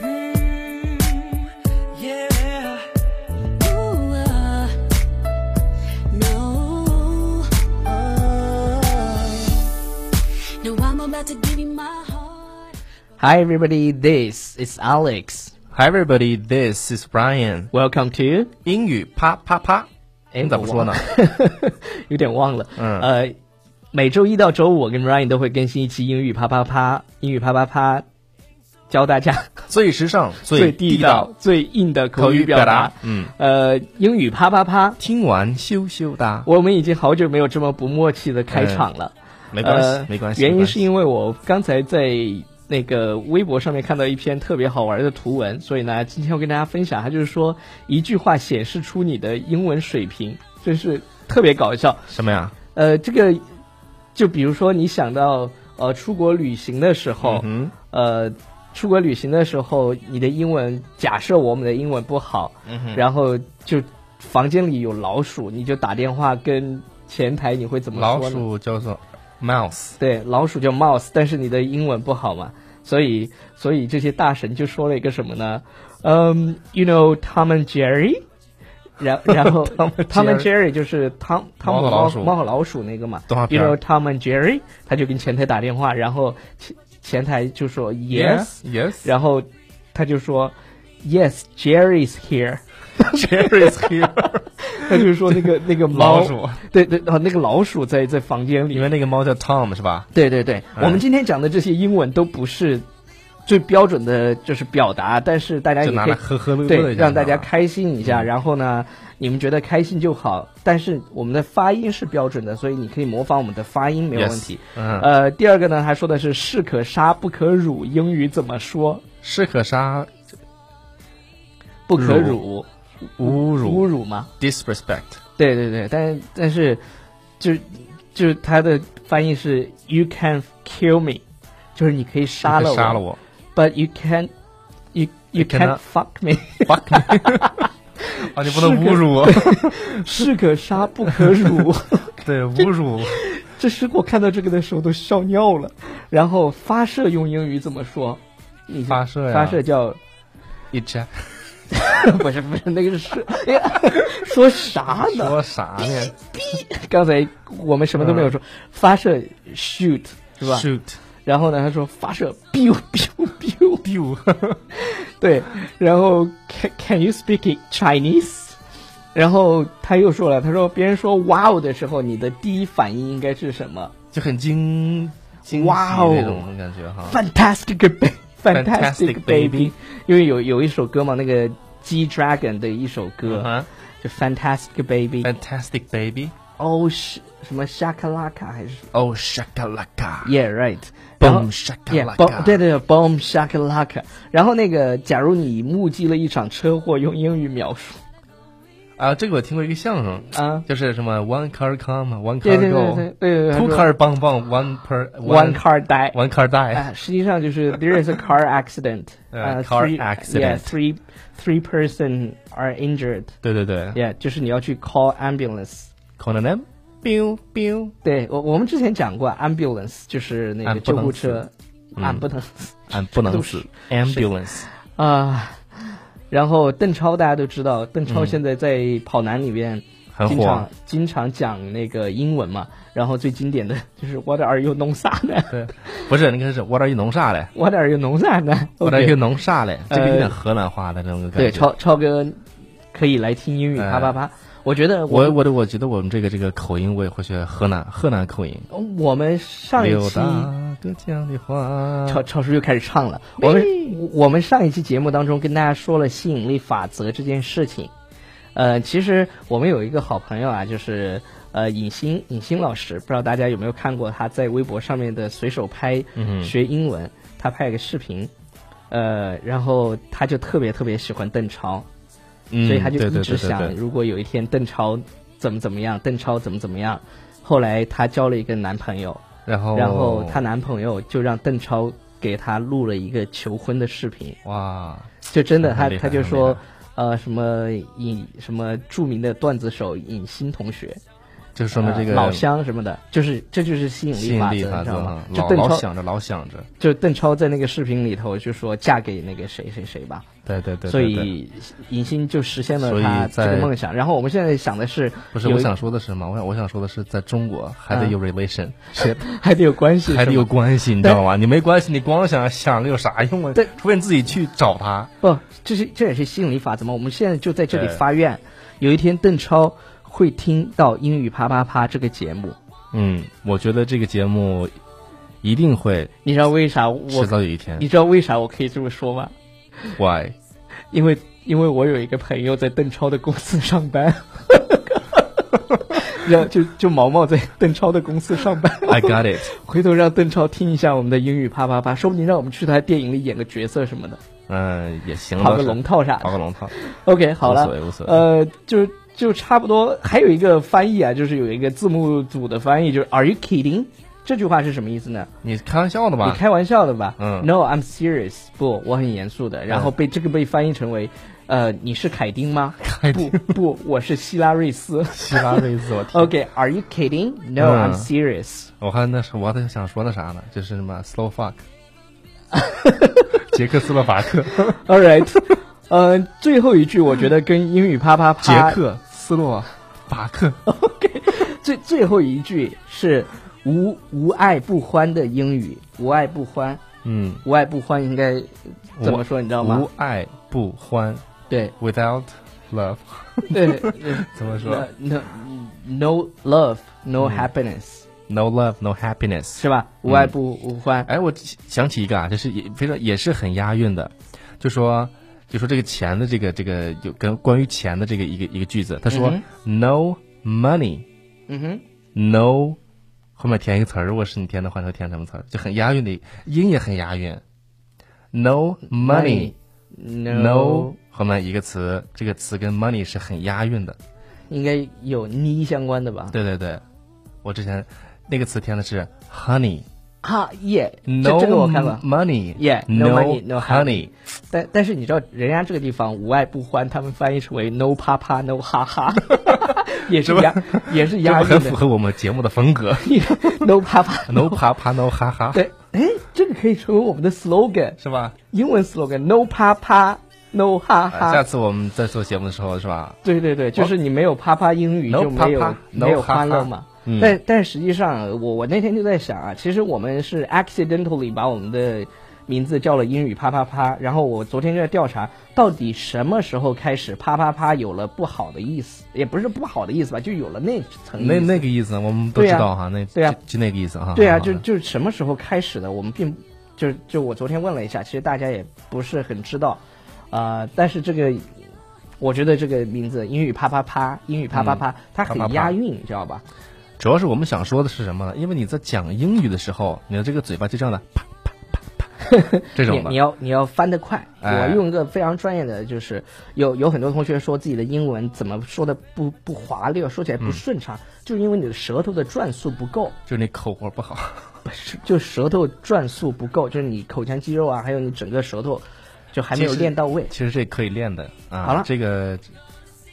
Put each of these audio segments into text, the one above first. Mm, uh, uh. Hi, everybody. This is Alex. Hi everybody, this is Brian。 Welcome to 英语啪啪啪，哎你咋不说呢？ 有点忘了，嗯呃，每周一到周五，我跟 Ryan 都会更新一期英语啪啪啪，英语啪啪啪，教大家 最时尚、最地地道、最硬的口口语语表表达达。。嗯，呃，英语啪啪啪，听完羞羞哒，我们已经好久没有这么不默契的开场了。没关呃系，没关系。原没因关是系因为我刚才在那个微博上面看到一篇特别好玩的图文，所以呢，今天要跟大家分享，它就是说一句话显示出你的英文水平，真是特别搞笑。什么呀？呃，这个就比如说你想到呃出国旅行的时候，嗯呃。出国旅行的时候，你的英文假设我们的英文不好，哼，嗯哼，然后就房间里有老鼠，你就打电话跟前台，你会怎么老说呢？鼠叫做 mouse。对，老鼠叫 mouse，但是你的英文不好嘛，所以所以这些大神就说了一个什么呢？嗯、y o u know Tom and Jerry，然 然后 Tom and Jerry 就是汤汤姆猫猫和老鼠啊猫和老鼠那个嘛动画 y 片 o u 儿 know Tom and Jerry，他就跟前台打电话，然后前前台就说 yes， yes. 然后他就说 yes Jerry's here， Jerry is here. 他就说那个那个猫老，鼠，对对哦，那个老鼠在在房间里因为那个猫叫 Tom 是吧？对对对，嗯我们今天讲的这些英文都不是最标准的，就是表达，但是大家也就拿可来以呵呵乐乐对一下啊嗯让大家是吧开心一下。然后呢，你们觉得开心就好，但是我们的发音是标准的，所以你可以模仿我们的发音没有 Yes，问题。嗯，呃，第二个呢，他说的是“士可杀不可辱”，英语怎么说？士可杀，不可辱辱，侮侮辱辱嘛。 ，disrespect。对对对，但但是，就就是他的翻译是 “You can kill me”，就是你可以杀了士我。可杀了我 But you can't, you you You can't cannot- fuck me 。 ，fuck me！啊，你不能侮辱我，士可杀不可 辱。对，侮辱这是我看到这个的时候都笑尿了。然后发射用英语怎么说？你发射呀，发射叫 eject。不是不是那个是 射，哎呀，说啥呢？说啥呢刚才我们什么都没有说，发射 shoot 是吧？嗯？Shoot 然后呢，他说发射 biu biu biu，丢， 对，然后 can can you speak in Chinese？然后他又说了，他说别人说 wow 的时候，你的第一反应应该是什么就很惊惊喜哇哦那种感觉哈。 ？Fantastic ba- Fantastic fantastic baby， baby 因为有有一首歌嘛，那个 G Dragon 的一首歌，嗯就 Fantastic baby，哼 Fantastic baby，哦是什么 Shakalaka 还是哦，shakalaka，boom Yeah right，然后 Yeah, boom, shakalaka，对对对，boom shakalaka。然后那个，假如你目击了一场车祸，用英语描述啊，这个我听过一个相声，啊，就是什么 one car come one 对 car 对对对 go 对对 two car bang bang one per one car die。 one car die，啊，实际上就是 there is a car accident，呃呃 car three- accident yeah,，three three person are injured，yeah，对对对就是你要去 call ambulance。 ，call them biu biu，对我我们之前讲过 ambulance 就是那个俺救不护能车，嗯俺不能死俺不能这死个，ambulance， 啊。然后邓超大家都知道，邓超嗯现在在跑男里边很经火常，经常讲那个英文嘛，然后最经典的 就是 What are you 弄啥呢对，不是那个是 what are you 弄啥嘞？What are you 弄啥呢？what are you 弄啥嘞？这个有呃点荷兰话的那种感觉。对，超超哥可以来听英语啪啪啪。我觉得哎我我我的我觉得我们这个这个口音，我也会学河南河南口音。我们上一刘期大哥讲的话，超超叔又开始唱了。我们我们上一期节目当中跟大家说了吸引力法则这件事情。呃，其实我们有一个好朋友啊，就是呃尹欣尹欣老师，不知道大家有没有看过他在微博上面的随手拍嗯哼，学英文，他拍了个视频。呃，然后他就特别特别喜欢邓超，嗯所以他就对一对直对对想，对如果有一天邓超怎么怎么样，邓超怎么怎么样。后来她交了一个男朋友，然后然后她男朋友就让邓超给她录了一个求婚的视频，哇，就真的很她厉害她就很厉说害，呃什么尹什么著名的段子手尹欣同学，就说明这个呃老乡什么的，就是这就是吸引吸力引法则，力法你知则道吗哈，？就老邓老超，想着老想着，就邓超在那个视频里头就说嫁给那个谁谁谁吧，对对对，所对对以影星就实现所了以他这个在梦想。然后我们现在想的是，不是有我一想说的是嘛，我想我想说的是，在中国还得有 relation，是 还得有关系，还是得吗有关系，你知道吗？你没关系，你光想想了有啥用啊对？除非你自己去找他。不，哦这是这也是吸引力法则嘛。我们现在就在这里对发愿，有一天邓超会听到《英语啪啪啪》这个节目，嗯，我觉得这个节目一定会你知道为啥我迟？早有一天你。知道为啥我可以这么说吗？ Why？因为因为我有一个朋友在邓超的公司上 班，让就就毛毛在邓超的公司上 班， I got it。回头让邓超听一下我们的英语啪啪啪，说不定让我们去他电影里演个角色什么的，嗯，也行吧。套个龙套啥跑的。个龙套， OK，好无了所，谓无所谓。呃，就就差不多。还有一个翻译啊，就是有一个字幕组的翻译，就是 “Are you kidding？” 这句话是什么意思呢？你开玩笑的你吧？开玩笑的吧？嗯，No, I'm serious。不，我很严肃的。然后被这个被翻译成为，呃，你是凯丁吗？凯不不，我是希拉瑞 斯。希拉瑞斯，我天！ OK，Are、you kidding? No, I'm 嗯 serious。我还那是我还想说那啥呢，就是什么 slow fuck，捷克斯洛伐克， All right，呃，最后一句我觉得跟英语啪啪捷啪，克斯洛伐克。最最后一句是无无爱不欢的英语，无爱不欢。嗯，无爱不欢应该无怎么说？你知道吗嗯无？爱不欢 对，without love 对怎么说，no no no love no happiness ？No love, no 嗯 happiness。是吧？无爱不无欢，哎，我想起一个啊，就是也非常也是很押韵的，就说就说这个钱的这个这个有跟关于钱的这个一个一个句子，他说、嗯 No money, 嗯哼， no 后面填一个词儿，如果是你填的话，你会填什么词儿？就很押韵的，音也很押韵。No money, no 后面一个词，这个词跟 money 是很押韵的。应该有呢相关的吧？对对对，我之前那个词填的是 honey。啊耶，这 No 这个我看过。 money, Yeah, no no money, no honey。但但是你知道，人家这个地方无爱不欢，他们翻译成为 no 啪啪 no 哈哈， 也是押也是这押不韵很符 的合我们节目的风格 no 啪啪。 ，no 啪啪 no 哈哈，对，哎，这个可以成为我们的 slogan，是吧？英文 slogan no 啪啪 no 哈啊哈。下次我们在做节目的时候，是吧？对对对，就是你没有啪啪英语哦 No 就没有啪啪没有 No 哈哈欢乐嘛。嗯但但实际上，我我那天就在想啊，其实我们是 accidentally 把我们的名字叫了英语啪啪啪，然后我昨天就在调查，到底什么时候开始啪啪啪有了不好的意思，也不是不好的意思吧，就有了那层意思那那个意思我们都对知呀道哈，那嗯对呀就就那个意思哈。对啊，好的就就是什么时候开始的，我们并就就我昨天问了一下，其实大家也不是很知道，啊，但是这个。我觉得这个名字英语啪啪啪，英语啪啪啪，它嗯啪啪很啪押韵，你知道吧？主要是我们想说的是什么呢？因为你在讲英语的时候，你的这个嘴巴就这样的啪啪 啪啪这种你你的，要你要翻得快。哎我用一个非常专业的，就是有有很多同学说自己的英文怎么说的不不滑溜，说起来不嗯顺畅，就是因为你的舌头的转速不够，就是你口活不好。不是就舌头转速不够，就是你口腔肌肉啊，还有你整个舌头就还没有其实练到位。其实这可以练的啊。好了这个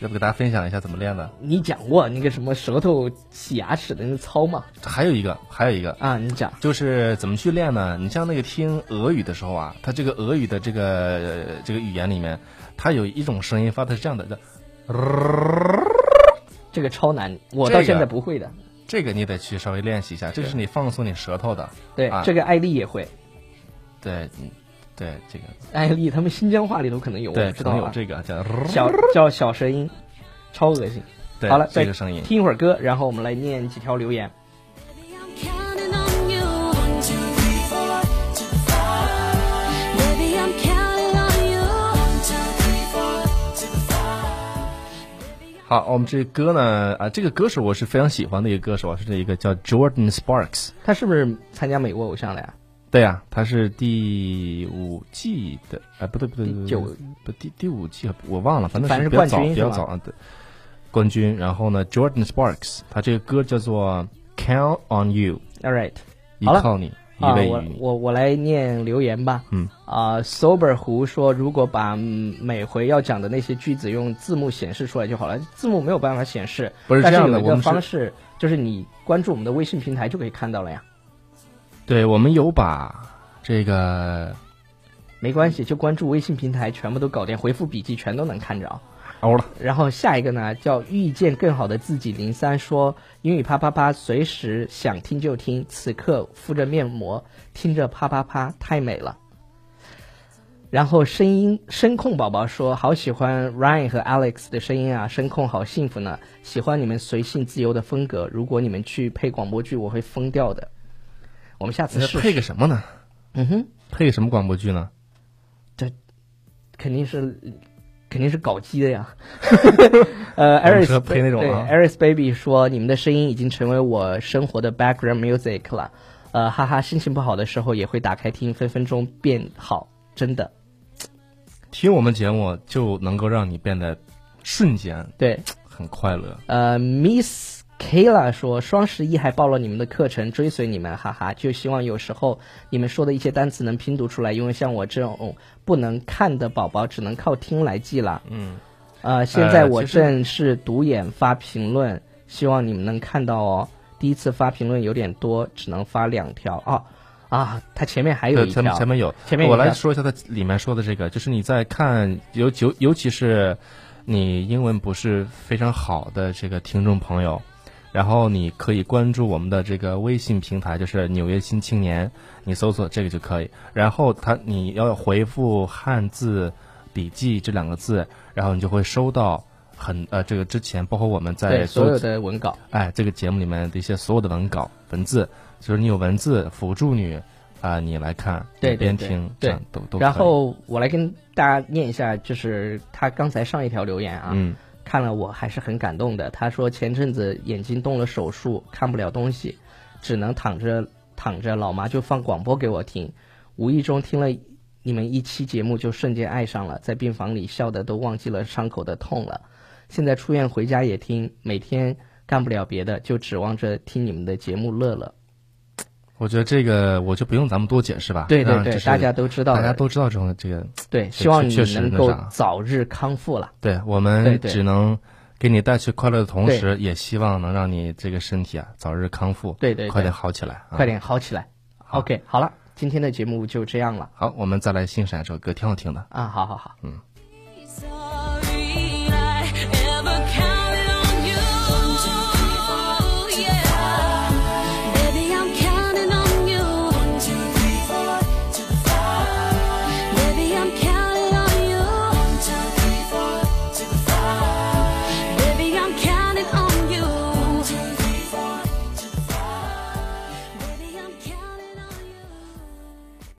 要不给大家分享一下怎么练的？你讲过那个什么舌头洗牙齿的那个操吗？还有一个，还有一个，啊，你讲就是怎么去练呢？你像那个听俄语的时候啊，它这个俄语的这个、呃这个语言里面，它有一种声音发的是这样的，叫这个超难，我这个到现在不会的。这个你得去稍微练习一下，这是你放松你舌头的。对，啊这个艾丽也会，对，嗯对，这个艾丽他们新疆话里头可能有，我对，不知可道、啊、能有这个叫，小叫小舌音，超恶心。对，好了，这再个声音。听一会儿歌，然后我们来念几条留言。 Baby, I'm counting on you. One, two, three, four, two, five. Baby, I'm counting on you. One, two, three, four, two, five. 好，我们这个歌呢，啊，这个歌手我是非常喜欢的一个歌手，啊是一个叫 Jordan Sparks。他是不是参加美国偶像了呀？对呀、他是第五季的，哎，不对不对，第不对九不第第五季我忘了，反正反正是比较冠早军比较是吧早啊对，冠军。然后呢，Jordan Sparks，他这个歌叫做《Count on You》， All right，依好了靠你。一啊，位我移民。我我来念留言吧。嗯啊、s o b e r 胡说，如果把嗯每回要讲的那些句子用字幕显示出来就好了，字幕没有办法显示，不是但这样的有一我个们是方式，就是你关注我们的微信平台就可以看到了呀。对我们有把这个没关系，就关注微信平台，全部都搞定，回复笔记全都能看着啊。欧了，然后下一个呢，叫遇见更好的自己零三说英语啪啪啪，随时想听就听，此刻敷着面膜，听着啪啪啪，太美了。然后声音声控宝宝说，好喜欢 Ryan 和 Alex 的声音啊，声控好幸福呢，喜欢你们随性自由的风格。如果你们去配广播剧，我会疯掉的。我们下次那试呃配试，个什么呢？嗯哼，配个什么广播剧呢？肯定是肯定是搞基的 呀。呃们，Aris 说配那种对啊 Aris Baby 说，你们的声音已经成为我生活的 background music 了。呃，哈哈，心情不好的时候也会打开听，分分钟变好，真的。听我们节目就能够让你变得瞬间对，很快乐。呃，Miss Kayla 说，双十一还报了你们的课程，追随你们，哈哈。就希望有时候你们说的一些单词能拼读出来，因为像我这种不能看的宝宝，只能靠听来记了。嗯，呃，现在我其实正是独眼发评论，希望你们能看到哦。第一次发评论有点多，只能发两条哦。啊，他前面还有对，一前面条前，面有，前面有我一条来说一下它里面说的这个，就是你在看，尤尤尤其是你英文不是非常好的这个听众朋友，然后你可以关注我们的这个微信平台，就是《纽约新青年》，你搜索这个就可以。然后它你要回复汉字笔记这两个字，然后你就会收到很呃这个之前包括我们在对所搜有的文稿。哎，这个节目里面的一些所有的文稿、文字，就是你有文字辅助你啊、你来看，对对你边对听，对这样都都可以。然后我来跟大家念一下，就是他刚才上一条留言啊，嗯，看了我还是很感动的。他说前阵子眼睛动了手术，看不了东西，只能躺着躺着，老妈就放广播给我听，无意中听了你们一期节目，就瞬间爱上了，在病房里笑的都忘记了伤口的痛了。现在出院回家也听，每天干不了别的，就指望着听你们的节目乐了。我觉得这个我就不用咱们多解释吧。对对啊对就，是大家都知道了，大家都知道这种这个，对，希望你确实能那够啥早日康复了。对对我们对只能给你带去快乐的同对时，也希望能让你这个身体啊早日康复，对对对快点好起来，啊快。点好起来。好 OK，好了，今天的节目就这样了好，我们再来欣赏一首歌，挺好听的。啊，好好好，嗯。